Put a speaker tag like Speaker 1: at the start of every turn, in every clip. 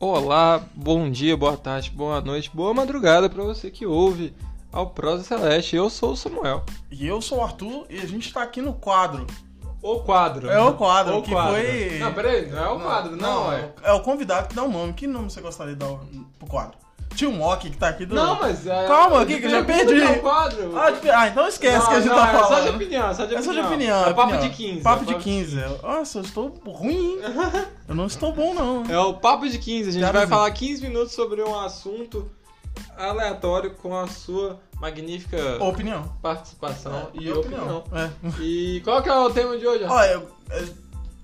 Speaker 1: Olá, bom dia, boa tarde, boa noite, boa madrugada para você que ouve ao Prosa Celeste. Eu sou o Samuel.
Speaker 2: E eu sou o Arthur e a gente está aqui no quadro.
Speaker 1: O quadro.
Speaker 2: É o quadro, que foi-
Speaker 1: Não, peraí, não é o quadro, não, é.
Speaker 2: É o convidado que dá o nome. Que nome você gostaria de dar o- pro quadro? Tio Mock que tá aqui do.
Speaker 1: Não, mas é.
Speaker 2: Calma, que que eu já
Speaker 1: pergunta
Speaker 2: perdi.
Speaker 1: que É o quadro.
Speaker 2: Ah, de- ah, então esquece
Speaker 1: Não,
Speaker 2: que a gente
Speaker 1: não,
Speaker 2: tá
Speaker 1: é
Speaker 2: falando.
Speaker 1: Só de opinião, só de
Speaker 2: É só
Speaker 1: opinião.
Speaker 2: de opinião.
Speaker 1: É papo
Speaker 2: opinião.
Speaker 1: de 15.
Speaker 2: Papo
Speaker 1: é
Speaker 2: de 15. Nossa, eu estou ruim. hein? Eu não estou bom, não.
Speaker 1: É o papo de 15. A gente
Speaker 2: Já
Speaker 1: vai
Speaker 2: avisei.
Speaker 1: falar 15 minutos sobre um assunto aleatório com a sua magnífica
Speaker 2: Opinião.
Speaker 1: participação
Speaker 2: É,
Speaker 1: É. e opinião.
Speaker 2: É.
Speaker 1: E qual que é o tema de hoje? Arthur?
Speaker 2: Olha, eu- é,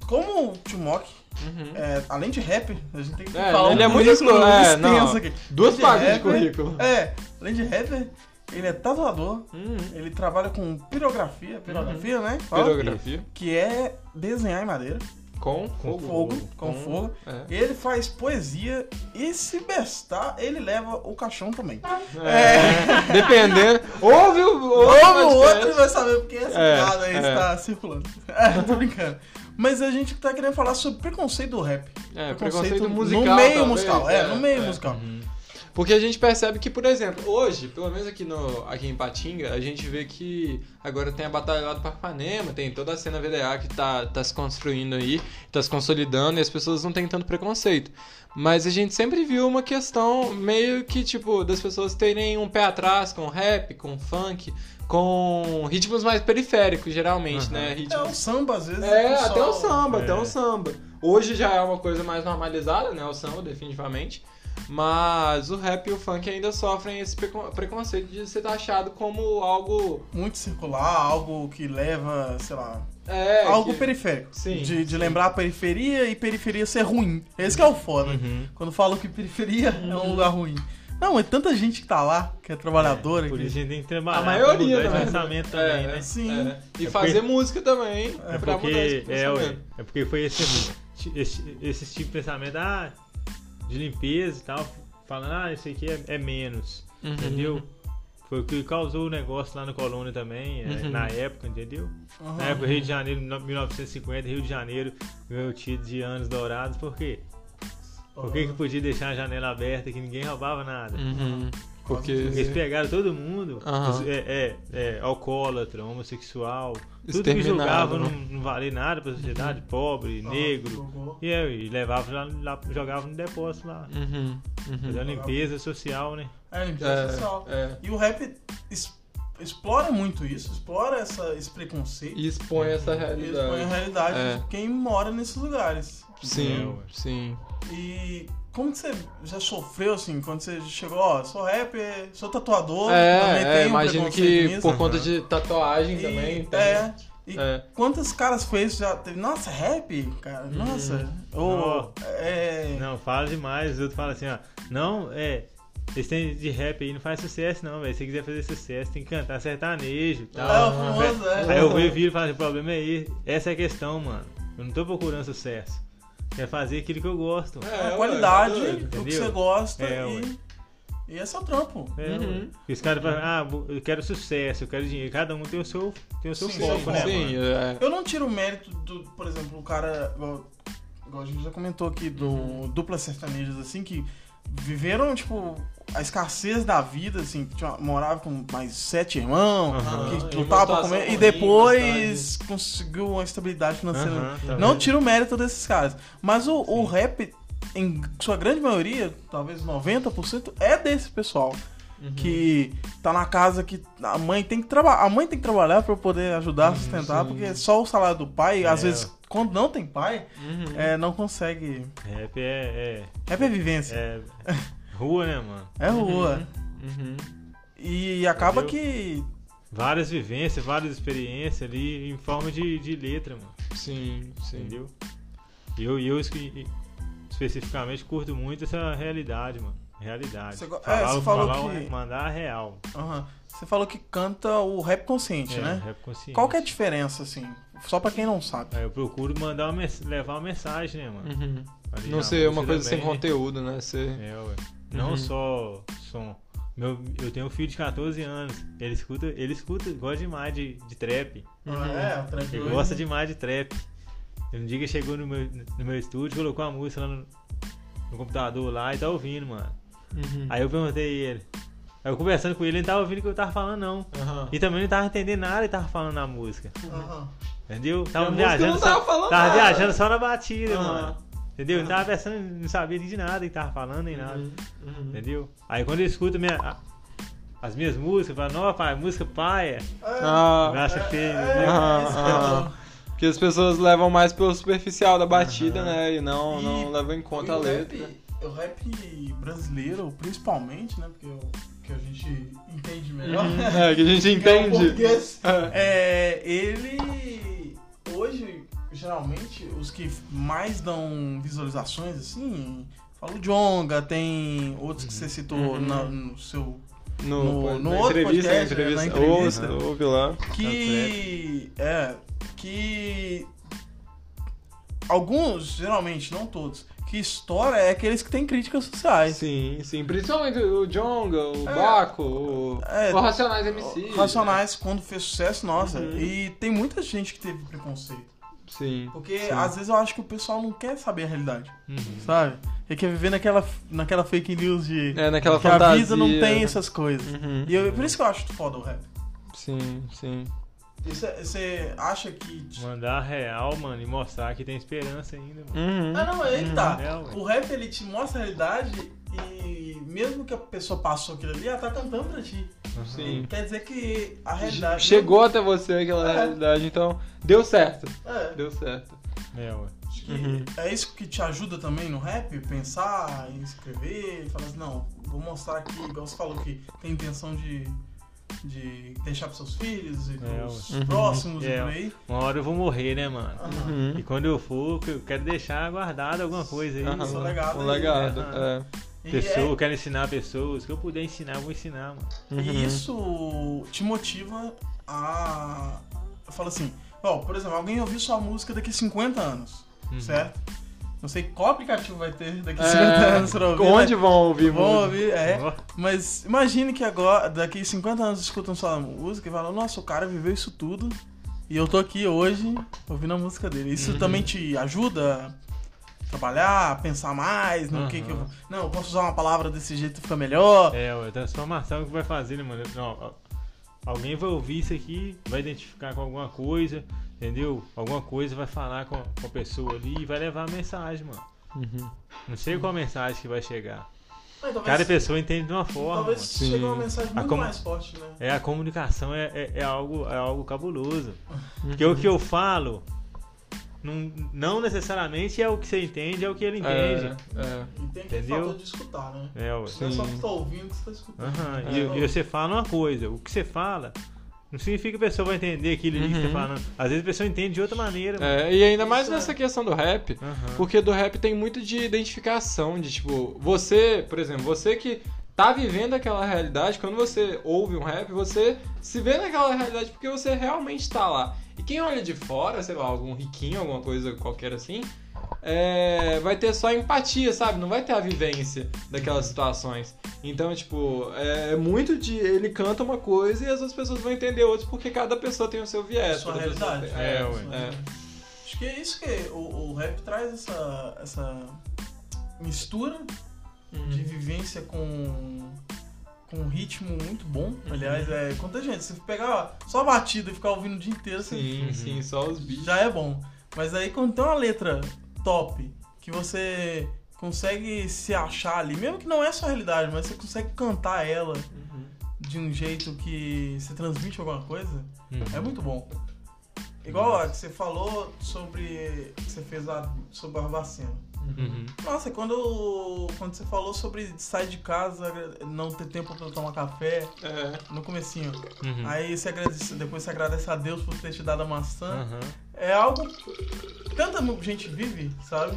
Speaker 2: como o Tio Mock,
Speaker 1: Uhum.
Speaker 2: é, além de rapper, a gente tem que
Speaker 1: É,
Speaker 2: falar
Speaker 1: ele
Speaker 2: um
Speaker 1: é muito
Speaker 2: currículo
Speaker 1: exclu- é,
Speaker 2: extenso
Speaker 1: não.
Speaker 2: aqui.
Speaker 1: Duas
Speaker 2: Além de
Speaker 1: páginas de
Speaker 2: rapper,
Speaker 1: currículo.
Speaker 2: É, além de rapper, ele é tatuador,
Speaker 1: Hum,
Speaker 2: Ele trabalha com pirografia, pirografia, né? Fala.
Speaker 1: Uhum. pirografia.
Speaker 2: Que é desenhar em madeira,
Speaker 1: Com
Speaker 2: com
Speaker 1: fogo.
Speaker 2: fogo, com fogo.
Speaker 1: É.
Speaker 2: Ele faz poesia e se bestar, ele leva o caixão também.
Speaker 1: Tá É. Dependendo. Ouve o
Speaker 2: Ou
Speaker 1: ouve o
Speaker 2: o
Speaker 1: podcast.
Speaker 2: outro vai saber porque essa
Speaker 1: É,
Speaker 2: piada aí
Speaker 1: é.
Speaker 2: está circulando. É, tô brincando. Mas a gente tá querendo falar sobre preconceito do rap.
Speaker 1: É, preconceito musical.
Speaker 2: No meio
Speaker 1: talvez,
Speaker 2: musical, é, no meio
Speaker 1: é.
Speaker 2: musical.
Speaker 1: Porque a gente percebe que, por exemplo, hoje, pelo menos aqui, no, aqui em Patinga, a gente vê que agora tem a Batalha lá do Parpanema, tem toda a cena VDA que tá, tá se construindo aí, tá se consolidando e as pessoas não têm tanto preconceito. Mas a gente sempre viu uma questão meio que, tipo, das pessoas terem um pé atrás com rap, com funk, com ritmos mais periféricos, geralmente,
Speaker 3: Aham.
Speaker 1: né?
Speaker 2: Até o
Speaker 1: Ritmos...
Speaker 2: samba, às vezes.
Speaker 1: É,
Speaker 2: pessoal-
Speaker 1: até o samba, até
Speaker 3: é.
Speaker 1: o samba. Hoje já é uma coisa mais normalizada, né? O samba, definitivamente. Mas o rap e o funk ainda sofrem esse precon- preconceito de ser taxado como algo.
Speaker 2: Muito circular, algo que leva, sei lá,
Speaker 1: É.
Speaker 2: algo
Speaker 1: que-
Speaker 2: periférico.
Speaker 1: Sim,
Speaker 2: de, de lembrar a periferia e periferia ser ruim. Esse que é o foda.
Speaker 1: Uhum.
Speaker 2: Quando falam que periferia é um lugar ruim. Não, é tanta gente que tá lá, que é trabalhadora.
Speaker 3: Por
Speaker 2: que-
Speaker 3: isso a gente tem que trabalhar.
Speaker 1: A maioria,
Speaker 3: pra mudar
Speaker 1: né?
Speaker 3: esse pensamento
Speaker 1: É,
Speaker 3: também, né?
Speaker 2: Sim.
Speaker 1: é. E
Speaker 3: É
Speaker 1: fazer
Speaker 3: porque-
Speaker 1: música também
Speaker 3: É
Speaker 1: pra mudar esse
Speaker 3: porque, é,
Speaker 1: pensamento.
Speaker 3: ué, é porque foi esse, esse, esse tipo de pensamento ah, de limpeza e tal, falando, ah, isso aqui é, é menos,
Speaker 1: Uhum.
Speaker 3: entendeu? Foi o que causou o negócio lá na colônia também, é,
Speaker 1: Uhum.
Speaker 3: na época, entendeu?
Speaker 2: Aham.
Speaker 1: Né,
Speaker 3: Na época, Rio de Janeiro, no- 1950, Rio de Janeiro ganhou o título de anos dourados, por quê? Por que, que podia deixar a janela aberta que ninguém roubava nada?
Speaker 1: Uhum. Porque.
Speaker 3: Eles pegaram todo mundo,
Speaker 1: Aham.
Speaker 3: os- é, é, é, alcoólatra, homossexual, tudo que
Speaker 1: Exterminado,
Speaker 3: julgava
Speaker 1: né?
Speaker 3: não, não valia nada pra sociedade, pobre,
Speaker 2: Aham,
Speaker 3: negro.
Speaker 2: jogou.
Speaker 3: E aí, e levava lá, lá, jogava no depósito lá.
Speaker 1: Uhum.
Speaker 3: Fazia
Speaker 1: Uhum.
Speaker 3: uma limpeza social, né?
Speaker 2: É, limpeza social.
Speaker 1: É, é.
Speaker 2: E o rap es- explora muito isso, explora essa, esse preconceito.
Speaker 1: E expõe essa
Speaker 2: E expõe a
Speaker 1: realidade.
Speaker 2: realidade
Speaker 1: É.
Speaker 2: de quem mora nesses lugares.
Speaker 3: É,
Speaker 1: Sim,
Speaker 3: ué.
Speaker 1: sim.
Speaker 2: E como que você já sofreu, assim, quando você chegou, ó, sou rapper, sou tatuador, também
Speaker 1: É, é
Speaker 2: tenho um
Speaker 1: imagino
Speaker 2: preconceito
Speaker 1: que
Speaker 2: nisso.
Speaker 1: por conta de tatuagem
Speaker 2: E-
Speaker 1: também. tem-
Speaker 2: É. E
Speaker 1: É.
Speaker 2: quantos caras foi isso já teve? Nossa, é rap, cara. Nossa. Ou. É.
Speaker 3: Não, fala demais, os outros falam assim, ó. Não, é. Esse tem de rap aí não faz sucesso, não, velho. Se você quiser fazer sucesso, tem que cantar sertanejo e tal.
Speaker 2: É, o famoso, é.
Speaker 3: Aí eu vi e falo assim, o problema é aí. Essa é a questão, mano. Eu não tô procurando sucesso. Quero fazer aquilo que eu gosto.
Speaker 1: É,
Speaker 2: a
Speaker 1: ué,
Speaker 2: qualidade,
Speaker 1: tá doido.
Speaker 2: o que
Speaker 3: entendeu?
Speaker 2: você gosta
Speaker 3: É,
Speaker 2: e. E esse é o trampo.
Speaker 3: É,
Speaker 1: Uhum.
Speaker 3: ué. Os caras falam, ah, bu- eu quero sucesso, eu quero dinheiro. Cada um tem o seu, tem o seu
Speaker 2: Sim,
Speaker 3: foco,
Speaker 2: sim,
Speaker 3: né?
Speaker 1: Sim,
Speaker 3: mano?
Speaker 1: é.
Speaker 2: Eu não tiro o mérito do, por exemplo, o cara. Igual, igual a gente já comentou aqui, do dupla sertanejas, assim, que viveram, tipo. A escassez da vida, assim, que tinha, morava com mais sete irmãos,
Speaker 3: Aham.
Speaker 2: que
Speaker 1: E
Speaker 2: lutava pra
Speaker 1: uma situação
Speaker 2: comer, e
Speaker 1: ruim,
Speaker 2: depois conseguiu uma estabilidade financeira
Speaker 3: Aham, tá
Speaker 2: Não
Speaker 3: vendo?
Speaker 2: tira o mérito desses caras. Mas o, o rap, em sua grande maioria, talvez 90%, é desse pessoal.
Speaker 1: Uhum,
Speaker 2: Que tá na casa que a mãe tem que trabalhar. A mãe tem que trabalhar pra poder ajudar a sustentar, porque só o salário do pai, às
Speaker 3: É.
Speaker 2: vezes, quando não tem pai,
Speaker 1: Uhum.
Speaker 2: é, não consegue.
Speaker 3: Rap é,
Speaker 2: É
Speaker 3: é,
Speaker 2: vivência.
Speaker 3: é rua, né, mano?
Speaker 2: É, rua.
Speaker 1: Uhum.
Speaker 2: E acaba
Speaker 3: Entendeu?
Speaker 2: que.
Speaker 3: Várias vivências, várias experiências ali em forma de, de letra, mano.
Speaker 1: Sim, sim.
Speaker 3: Entendeu? E eu, e eu esque- e- especificamente curto muito essa realidade, mano. Realidade.
Speaker 2: Você go- é, você falou que-
Speaker 3: um- mandar a real.
Speaker 2: Aham. Você falou que canta o rap consciente,
Speaker 3: É,
Speaker 2: né?
Speaker 3: rap consciente.
Speaker 2: Qual que é a diferença, assim? Só pra quem não sabe.
Speaker 3: Aí eu procuro mandar uma mens- levar uma mensagem, né, mano?
Speaker 1: Uhum.
Speaker 3: Ali
Speaker 1: Não
Speaker 3: na
Speaker 2: é
Speaker 1: ser uma
Speaker 3: música
Speaker 1: coisa
Speaker 3: também,
Speaker 1: sem
Speaker 3: né?
Speaker 1: conteúdo, né? Ser...
Speaker 3: É, ué. Não
Speaker 1: Uhum.
Speaker 3: só som. Meu, eu tenho um filho de 14 anos. Ele escuta, ele escuta, gosta demais de, de trap.
Speaker 2: É,
Speaker 3: Ele
Speaker 1: Uhum.
Speaker 2: tranquilo.
Speaker 3: gosta demais de trap. Um dia que chegou no meu, no meu estúdio, colocou a música lá no, no computador lá e tá ouvindo, mano.
Speaker 1: Uhum.
Speaker 3: Aí eu perguntei ele. Aí eu conversando com ele, ele não tava ouvindo o que eu tava falando, não.
Speaker 1: Aham.
Speaker 3: E também não tava entendendo nada que tava falando na música.
Speaker 2: Aham.
Speaker 3: Entendeu? Tava
Speaker 1: a música
Speaker 3: viajando.
Speaker 1: não
Speaker 3: só-
Speaker 1: tava falando
Speaker 3: tava
Speaker 1: nada.
Speaker 3: viajando só na batida,
Speaker 1: Aham.
Speaker 3: mano. Entendeu? Não tava pensando, não sabia de nada que tava falando nem nada.
Speaker 1: Uhum.
Speaker 3: Entendeu? Aí quando eu escuto minha- a- as minhas músicas, eu falo, não, pai, música paia. Me
Speaker 1: Ah,
Speaker 3: acha feio.
Speaker 2: É,
Speaker 3: né?
Speaker 1: Aham,
Speaker 2: esse
Speaker 1: aham.
Speaker 2: cara.
Speaker 1: porque as pessoas levam mais pelo superficial da batida, né? E não,
Speaker 2: E-
Speaker 1: não levam em conta a
Speaker 2: o
Speaker 1: letra.
Speaker 2: Rap, é o rap brasileiro, principalmente, né? Porque é o que a gente entende melhor.
Speaker 1: É, que a gente
Speaker 2: que é o
Speaker 1: entende.
Speaker 2: português.
Speaker 1: É.
Speaker 2: É, ele. Hoje, geralmente, os que mais dão visualizações, assim. Fala o Jonga, tem outros que você citou
Speaker 1: Uhum.
Speaker 2: na- no seu.
Speaker 1: No,
Speaker 2: No-
Speaker 1: na
Speaker 2: no outro
Speaker 1: entrevista,
Speaker 2: podcast,
Speaker 1: na entrevista.
Speaker 2: né, na entrevista.
Speaker 1: Ouça, ouve lá.
Speaker 2: Que. É. Que. Alguns, geralmente, não todos, que estoura é aqueles que têm críticas sociais.
Speaker 1: Sim, sim. Principalmente o Jonga, o
Speaker 2: É.
Speaker 1: Baco, o,
Speaker 2: É,
Speaker 1: o Racionais MC.
Speaker 2: Racionais, quando fez sucesso, nossa.
Speaker 1: Uhum.
Speaker 2: E tem muita gente que teve preconceito.
Speaker 1: Sim.
Speaker 2: Porque
Speaker 1: sim.
Speaker 2: às vezes eu acho que o pessoal não quer saber a realidade,
Speaker 3: Uhum.
Speaker 2: sabe? Ele quer viver naquela, naquela fake news de
Speaker 1: É, naquela
Speaker 2: que
Speaker 1: fantasia.
Speaker 2: a vida não tem essas coisas.
Speaker 1: Uhum.
Speaker 2: E eu- por isso que eu acho foda o rap.
Speaker 1: Sim, sim.
Speaker 2: E Você você acha que.
Speaker 3: Mandar real, mano, e mostrar que tem esperança ainda, mano.
Speaker 1: Uhum.
Speaker 2: Ah, não, é aí que tá.
Speaker 3: É, ué.
Speaker 2: O rap ele te mostra a realidade e mesmo que a pessoa passou aquilo ali, ela tá cantando pra ti.
Speaker 1: Sim.
Speaker 2: Quer dizer que
Speaker 1: É
Speaker 2: a realidade.
Speaker 1: Chegou até você aquela
Speaker 2: né? É.
Speaker 1: realidade, então deu certo.
Speaker 2: É,
Speaker 1: Deu certo.
Speaker 3: É, ué.
Speaker 2: acho que
Speaker 1: Uhum.
Speaker 2: é isso que te ajuda também no rap? Pensar, em escrever, e falar assim, não, vou mostrar aqui, igual você falou que tem intenção de. De deixar pros seus filhos e pros
Speaker 1: ué. Uhum.
Speaker 2: próximos
Speaker 3: É,
Speaker 2: e por aí.
Speaker 3: Uma hora eu vou morrer, né, mano?
Speaker 2: Aham.
Speaker 1: Uhum.
Speaker 3: E quando eu for, eu quero deixar guardado alguma coisa aí.
Speaker 1: Aham.
Speaker 2: um legado
Speaker 1: Um
Speaker 2: aí,
Speaker 1: legado,
Speaker 2: Uhum.
Speaker 3: né?
Speaker 1: é.
Speaker 2: E
Speaker 3: Pessoa, eu quero ensinar pessoas. O que eu puder ensinar, eu vou ensinar, mano.
Speaker 2: E
Speaker 1: Uhum.
Speaker 2: isso te motiva a. Eu falo assim, ó, por exemplo, alguém ouvir sua música daqui 50 anos,
Speaker 3: Uhum.
Speaker 2: certo? Não sei qual aplicativo vai ter daqui
Speaker 1: É,
Speaker 2: 50 anos pra ouvir.
Speaker 1: Onde
Speaker 2: né?
Speaker 1: vão ouvir
Speaker 2: Vão
Speaker 1: música?
Speaker 2: ouvir, é.
Speaker 3: Uhum. Ó,
Speaker 2: Mas imagine que agora, daqui 50 anos, escutam sua música e falam, nossa, o cara viveu isso tudo e eu tô aqui hoje ouvindo a música dele. Isso
Speaker 3: Uhum.
Speaker 2: também te ajuda a trabalhar, a pensar mais no que que eu.
Speaker 3: Aham.
Speaker 2: Não, eu posso usar uma palavra desse jeito e fica melhor.
Speaker 3: É, ué, transformação que vai fazer, né, mano? Não, ó, alguém vai ouvir isso aqui, vai identificar com alguma coisa, entendeu? Alguma coisa vai falar com com a pessoa ali e vai levar a mensagem, mano.
Speaker 1: Uhum.
Speaker 3: Não sei qual mensagem que vai chegar.
Speaker 2: Mas talvez-
Speaker 3: Cada pessoa entende de uma forma.
Speaker 2: Talvez
Speaker 3: mano.
Speaker 1: Sim.
Speaker 2: chegue uma mensagem
Speaker 3: Ah,
Speaker 2: muito
Speaker 3: como-
Speaker 2: mais forte, né?
Speaker 3: É, a comunicação é, é, é algo, é algo cabuloso. Porque o que eu falo não, não necessariamente é o que você entende, é o que ele entende.
Speaker 1: Uhum. É,
Speaker 2: E tem aquele
Speaker 3: Entendeu?
Speaker 2: fator de escutar, né?
Speaker 3: É, ué.
Speaker 1: Sim.
Speaker 2: Não é só que você tá ouvindo que você tá escutando.
Speaker 3: Aham,
Speaker 1: É.
Speaker 3: E, e você fala uma coisa, o que você fala não significa que a pessoa vai entender aquilo ali que você
Speaker 1: Uhum.
Speaker 3: tá falando. Às vezes a pessoa entende de outra maneira. mano.
Speaker 1: é. É, e ainda mais
Speaker 2: Isso é-
Speaker 1: nessa questão do rap,
Speaker 3: Aham.
Speaker 1: porque do rap tem muito de identificação, de tipo, você, por exemplo, você que tá vivendo aquela realidade, quando você ouve um rap, você se vê naquela realidade porque você realmente tá lá. E quem olha de fora, sei lá, algum riquinho, alguma coisa qualquer assim, é, vai ter só empatia, sabe? Não vai ter a vivência daquelas situações. Então, tipo, é muito de ele canta uma coisa e as outras pessoas vão entender outras porque cada pessoa tem o seu viés.
Speaker 2: É Sua
Speaker 1: cada pessoa
Speaker 2: realidade.
Speaker 1: tem-
Speaker 3: É,
Speaker 1: É,
Speaker 3: ué.
Speaker 1: é.
Speaker 2: Acho que é isso que o, o rap traz essa, essa mistura
Speaker 1: é.
Speaker 2: de
Speaker 1: Uhum.
Speaker 2: vivência com, com um ritmo muito bom. Aliás, é quanta gente. Se pegar só a batida e ficar ouvindo o dia inteiro, você
Speaker 1: Sim,
Speaker 3: Uhum.
Speaker 1: sim, só os bichos.
Speaker 2: já é bom. Mas aí quando tem uma letra top, que você consegue se achar ali, mesmo que não é sua realidade, mas você consegue cantar ela
Speaker 1: Uhum.
Speaker 2: de um jeito que você transmite alguma coisa,
Speaker 3: Uhum.
Speaker 2: é muito bom. Igual a que você falou sobre. que você fez lá sobre Barbacena.
Speaker 3: Uhum.
Speaker 2: Nossa, quando, quando você falou sobre sair de casa, não ter tempo pra tomar café,
Speaker 1: É.
Speaker 2: no comecinho.
Speaker 3: Uhum.
Speaker 2: Aí você agradece, depois você agradece a Deus por ter te dado a maçã.
Speaker 3: Aham.
Speaker 2: É algo que tanta mu- gente vive, sabe?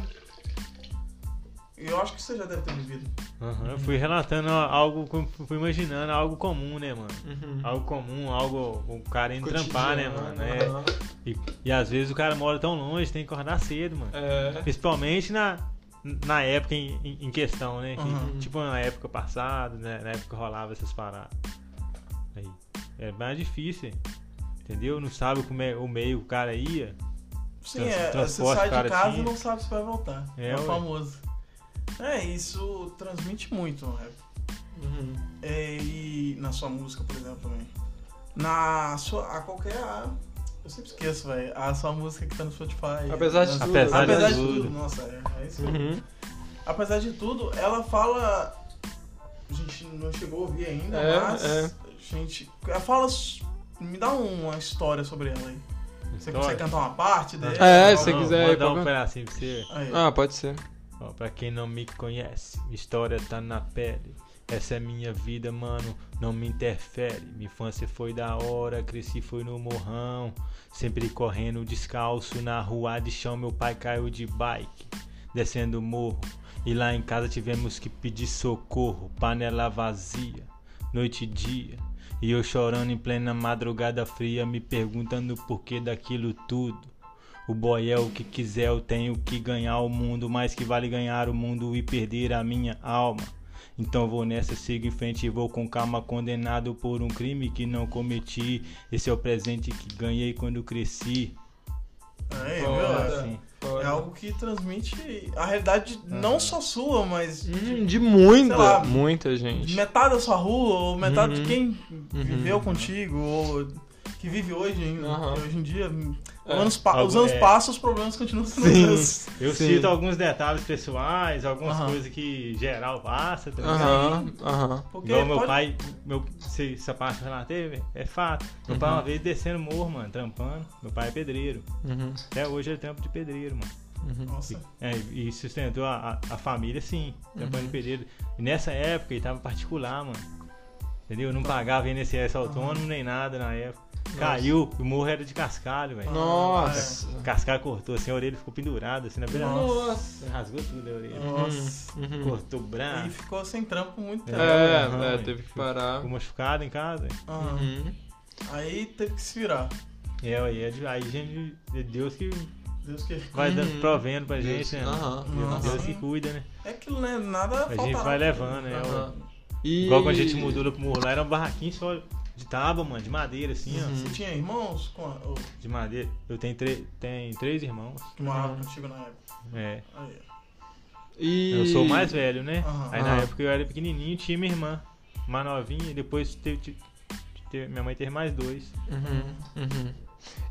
Speaker 2: E eu acho que você já deve ter vivido.
Speaker 3: Aham. Eu fui relatando algo, que eu fui imaginando algo comum, né, mano?
Speaker 1: Uhum.
Speaker 3: Algo comum, algo o cara indo trampar, né, mano? É. E, e às vezes o cara mora tão longe, tem que acordar cedo, mano.
Speaker 1: É.
Speaker 3: Principalmente na, na época em, em- em questão, né? Que,
Speaker 2: Uhum.
Speaker 3: Tipo na época passada, né? na época que rolava essas paradas. Aí. É mais difícil, entendeu? Não sabe como é o meio que o cara ia.
Speaker 2: Sim, é, você
Speaker 3: Transporte,
Speaker 2: sai de
Speaker 3: cara,
Speaker 2: casa
Speaker 3: tinha.
Speaker 2: e não sabe se vai voltar.
Speaker 3: É,
Speaker 2: É, o
Speaker 3: ué.
Speaker 2: famoso. É, isso transmite muito é no rap.
Speaker 1: Uhum.
Speaker 2: É, e na sua música, por exemplo, também. Na sua. A qualquer. A, eu sempre esqueço, velho. A sua música que tá no Spotify.
Speaker 1: Apesar de
Speaker 2: nas-
Speaker 1: tudo.
Speaker 3: Apesar de
Speaker 2: apesar de
Speaker 3: tudo.
Speaker 2: tudo. Nossa, é, é isso.
Speaker 1: Uhum.
Speaker 2: Apesar de tudo, ela fala. A gente não chegou a ouvir ainda,
Speaker 1: É,
Speaker 2: mas.
Speaker 1: é.
Speaker 2: a Gente. Ela fala. Me dá uma história sobre ela aí. Você
Speaker 3: História.
Speaker 2: consegue cantar uma parte dela?
Speaker 1: É, se
Speaker 2: Alguma-
Speaker 1: você
Speaker 3: Não,
Speaker 1: quiser,
Speaker 3: Vou
Speaker 1: pode
Speaker 3: dar um
Speaker 1: cantar.
Speaker 3: pedacinho pra você.
Speaker 2: Aí.
Speaker 1: Ah, pode ser.
Speaker 3: Ó, pra quem não me conhece, minha história tá na pele. Essa é minha vida, mano, não me interfere. Minha infância foi da hora, cresci foi no morrão. Sempre correndo descalço na rua de chão, meu pai caiu de bike, descendo o morro. E lá em casa tivemos que pedir socorro, panela vazia, noite e dia. E eu chorando em plena madrugada fria, me perguntando o porquê daquilo tudo. O boy é o que quiser, eu tenho que ganhar o mundo, mas que vale ganhar o mundo e perder a minha alma. Então vou nessa, sigo em frente e vou com calma, condenado por um crime que não cometi. Esse é o presente que ganhei quando cresci.
Speaker 2: Aí,
Speaker 1: Foda.
Speaker 2: viu?
Speaker 3: Assim.
Speaker 2: É algo que transmite a realidade não só sua, mas
Speaker 1: Hum, de
Speaker 2: Sei
Speaker 1: muita,
Speaker 2: lá,
Speaker 1: muita
Speaker 2: de
Speaker 1: gente.
Speaker 2: metade da sua rua, ou metade de
Speaker 1: Uhum.
Speaker 2: quem viveu contigo, ou que vive hoje ainda.
Speaker 1: Aham.
Speaker 2: Porque Hoje em dia,
Speaker 1: É.
Speaker 2: anos pa-
Speaker 3: Algo-
Speaker 2: os anos
Speaker 3: é.
Speaker 2: passam, os problemas continuam sendo os
Speaker 1: Sim.
Speaker 2: mesmos.
Speaker 3: Eu
Speaker 1: Sim.
Speaker 3: cito alguns detalhes pessoais, algumas
Speaker 2: Aham.
Speaker 3: coisas que geral passa. tá ligado?
Speaker 1: Aham, aham.
Speaker 2: Porque
Speaker 3: Igual meu
Speaker 2: pode-
Speaker 3: pai, meu, se essa parte que eu relatei, velho, é fato. Meu pai uma vez descendo o morro, mano, trampando. Meu pai é pedreiro.
Speaker 1: Uhum,
Speaker 3: Até hoje ele trampa de pedreiro, mano.
Speaker 1: uhum.
Speaker 2: Nossa,
Speaker 3: É, e sustentou a, a, a família, sim.
Speaker 1: Uhum.
Speaker 3: Trampando de pedreiro. E nessa época ele tava particular, mano. Entendeu? Não pagava INSS
Speaker 1: Uhum.
Speaker 3: autônomo nem nada na época. Caiu, o morro era de cascalho, velho.
Speaker 1: Nossa.
Speaker 3: Cascalho cortou assim, a orelha ficou pendurada assim na beira. da-
Speaker 1: Nossa.
Speaker 3: Rasgou tudo a orelha.
Speaker 2: nossa.
Speaker 1: Uhum.
Speaker 3: Cortou o
Speaker 2: E
Speaker 3: braço.
Speaker 2: ficou sem trampo por muito tempo.
Speaker 1: É,
Speaker 3: Aham,
Speaker 1: é,
Speaker 3: e
Speaker 1: teve que
Speaker 3: ficou-
Speaker 1: parar.
Speaker 3: Ficou machucado em casa.
Speaker 2: Ah,
Speaker 1: Uhum.
Speaker 2: Aí teve que se virar.
Speaker 3: É, aí, é de- aí gente, é Deus que
Speaker 2: Deus que...
Speaker 3: vai
Speaker 1: Uhum.
Speaker 3: dando provendo pra gente, né?
Speaker 1: Aham.
Speaker 3: Deus, Deus
Speaker 2: Nossa.
Speaker 3: que cuida, né?
Speaker 2: É aquilo, né? Nada
Speaker 3: A gente
Speaker 2: faltará.
Speaker 3: vai levando, né?
Speaker 1: Aham. E...
Speaker 3: Igual quando a gente mudou lá pro morro lá, era um barraquinho só de tábua, mano, de madeira, assim,
Speaker 1: Uhum.
Speaker 2: Você tinha irmãos com a- ou
Speaker 3: ó. De madeira. Eu tenho, tre- tenho três irmãos.
Speaker 2: que moravam
Speaker 1: Uhum.
Speaker 2: contigo na época?
Speaker 3: É.
Speaker 2: Aí.
Speaker 1: E...
Speaker 3: Eu sou o mais velho, né?
Speaker 2: Aham.
Speaker 3: Aí na
Speaker 1: Aham.
Speaker 3: época eu era pequenininho, tinha minha irmã, mais novinha, e depois teve, te- te- minha mãe teve mais dois.
Speaker 1: Uhum, uhum.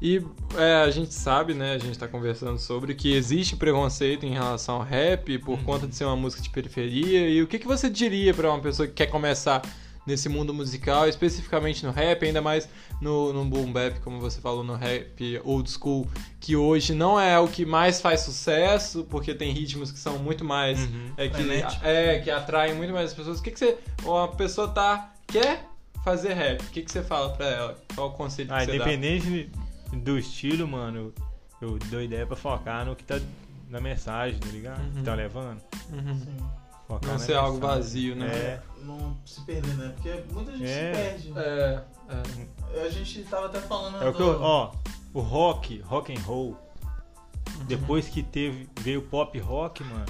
Speaker 1: E é, a gente sabe, né? A gente tá conversando sobre que existe preconceito em relação ao rap por conta de ser uma música de periferia. E o que, que você diria pra uma pessoa que quer começar nesse mundo musical, especificamente no rap, ainda mais no, no boom bap, como você falou, no rap old school, que hoje não é o que mais faz sucesso, porque tem ritmos que são muito mais
Speaker 3: Uhum.
Speaker 1: é que,
Speaker 2: Frenético.
Speaker 1: é, que atraem muito mais as pessoas. O que, que você. Uma pessoa tá. quer fazer rap. O que, que você fala pra ela? Qual o conselho que
Speaker 3: Ah,
Speaker 1: você
Speaker 3: independente do estilo, mano, eu dou ideia pra focar no que tá na mensagem, tá ligado?
Speaker 1: Uhum.
Speaker 3: Que tá levando.
Speaker 1: dá? Uhum.
Speaker 2: Sim.
Speaker 3: Focar
Speaker 1: Não
Speaker 3: na
Speaker 1: ser algo
Speaker 3: mensagem.
Speaker 1: vazio, né?
Speaker 3: É.
Speaker 2: assim, Não se perder, né? Porque muita gente
Speaker 3: É.
Speaker 2: se perde. né?
Speaker 1: É.
Speaker 2: A gente tava até falando.
Speaker 3: É o que
Speaker 2: do-
Speaker 3: eu, ó, o rock, rock and roll,
Speaker 1: Uhum.
Speaker 3: depois que teve veio o pop rock, mano,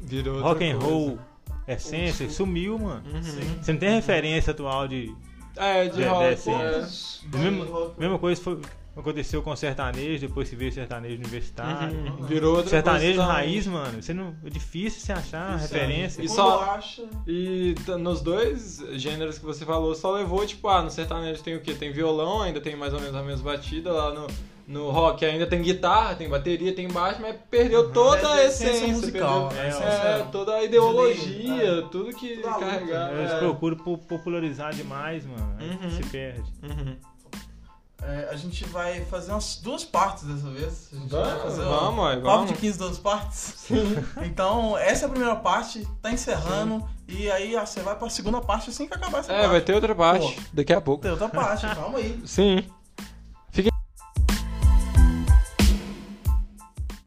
Speaker 1: Virou. outra
Speaker 3: rock and
Speaker 1: coisa.
Speaker 3: roll, essência, sumiu, mano.
Speaker 1: Uhum.
Speaker 2: Sim.
Speaker 3: Você não tem referência atual de
Speaker 1: É, de
Speaker 3: É,
Speaker 1: rock.
Speaker 3: dessa,
Speaker 1: é.
Speaker 2: Quantos
Speaker 3: Do mesmo-
Speaker 2: rock-
Speaker 3: mesma coisa foi aconteceu com o sertanejo, depois se veio o sertanejo universitário.
Speaker 1: Uhum. Virou outra
Speaker 3: Sertanejo
Speaker 1: coisa.
Speaker 3: raiz, mano, você não é difícil você achar
Speaker 2: Isso, é.
Speaker 3: referência.
Speaker 2: E
Speaker 1: Isso. é.
Speaker 2: só acha.
Speaker 1: E t- nos dois gêneros que você falou, só levou, tipo, ah, no sertanejo tem o quê? Tem violão, ainda tem mais ou menos a mesma batida, lá no, no rock ainda tem guitarra, tem bateria, tem baixo, mas perdeu
Speaker 3: Uhum.
Speaker 1: toda
Speaker 2: Perde
Speaker 1: a essência,
Speaker 2: musical.
Speaker 1: perdeu-
Speaker 2: a
Speaker 3: É,
Speaker 1: É,
Speaker 2: essência-
Speaker 1: toda a ideologia,
Speaker 2: É.
Speaker 1: tudo que
Speaker 2: Tudo a luta,
Speaker 1: carregava.
Speaker 3: Eles
Speaker 1: é.
Speaker 3: procuram po- popularizar demais, mano. Aí
Speaker 1: Uhum.
Speaker 3: se perde.
Speaker 1: Uhum.
Speaker 2: É, a gente vai fazer umas duas partes dessa vez. A gente vai
Speaker 1: Vamos,
Speaker 2: fazer
Speaker 1: vamos,
Speaker 2: um
Speaker 1: ué,
Speaker 2: papo
Speaker 1: vamos.
Speaker 2: de 15, 12 partes. Então, essa é a primeira parte, tá encerrando. E aí ah, você vai pra segunda parte assim que acabar essa
Speaker 1: É,
Speaker 2: parte.
Speaker 1: vai ter outra parte, daqui a pouco.
Speaker 2: Tem outra parte, calma aí.
Speaker 1: Sim.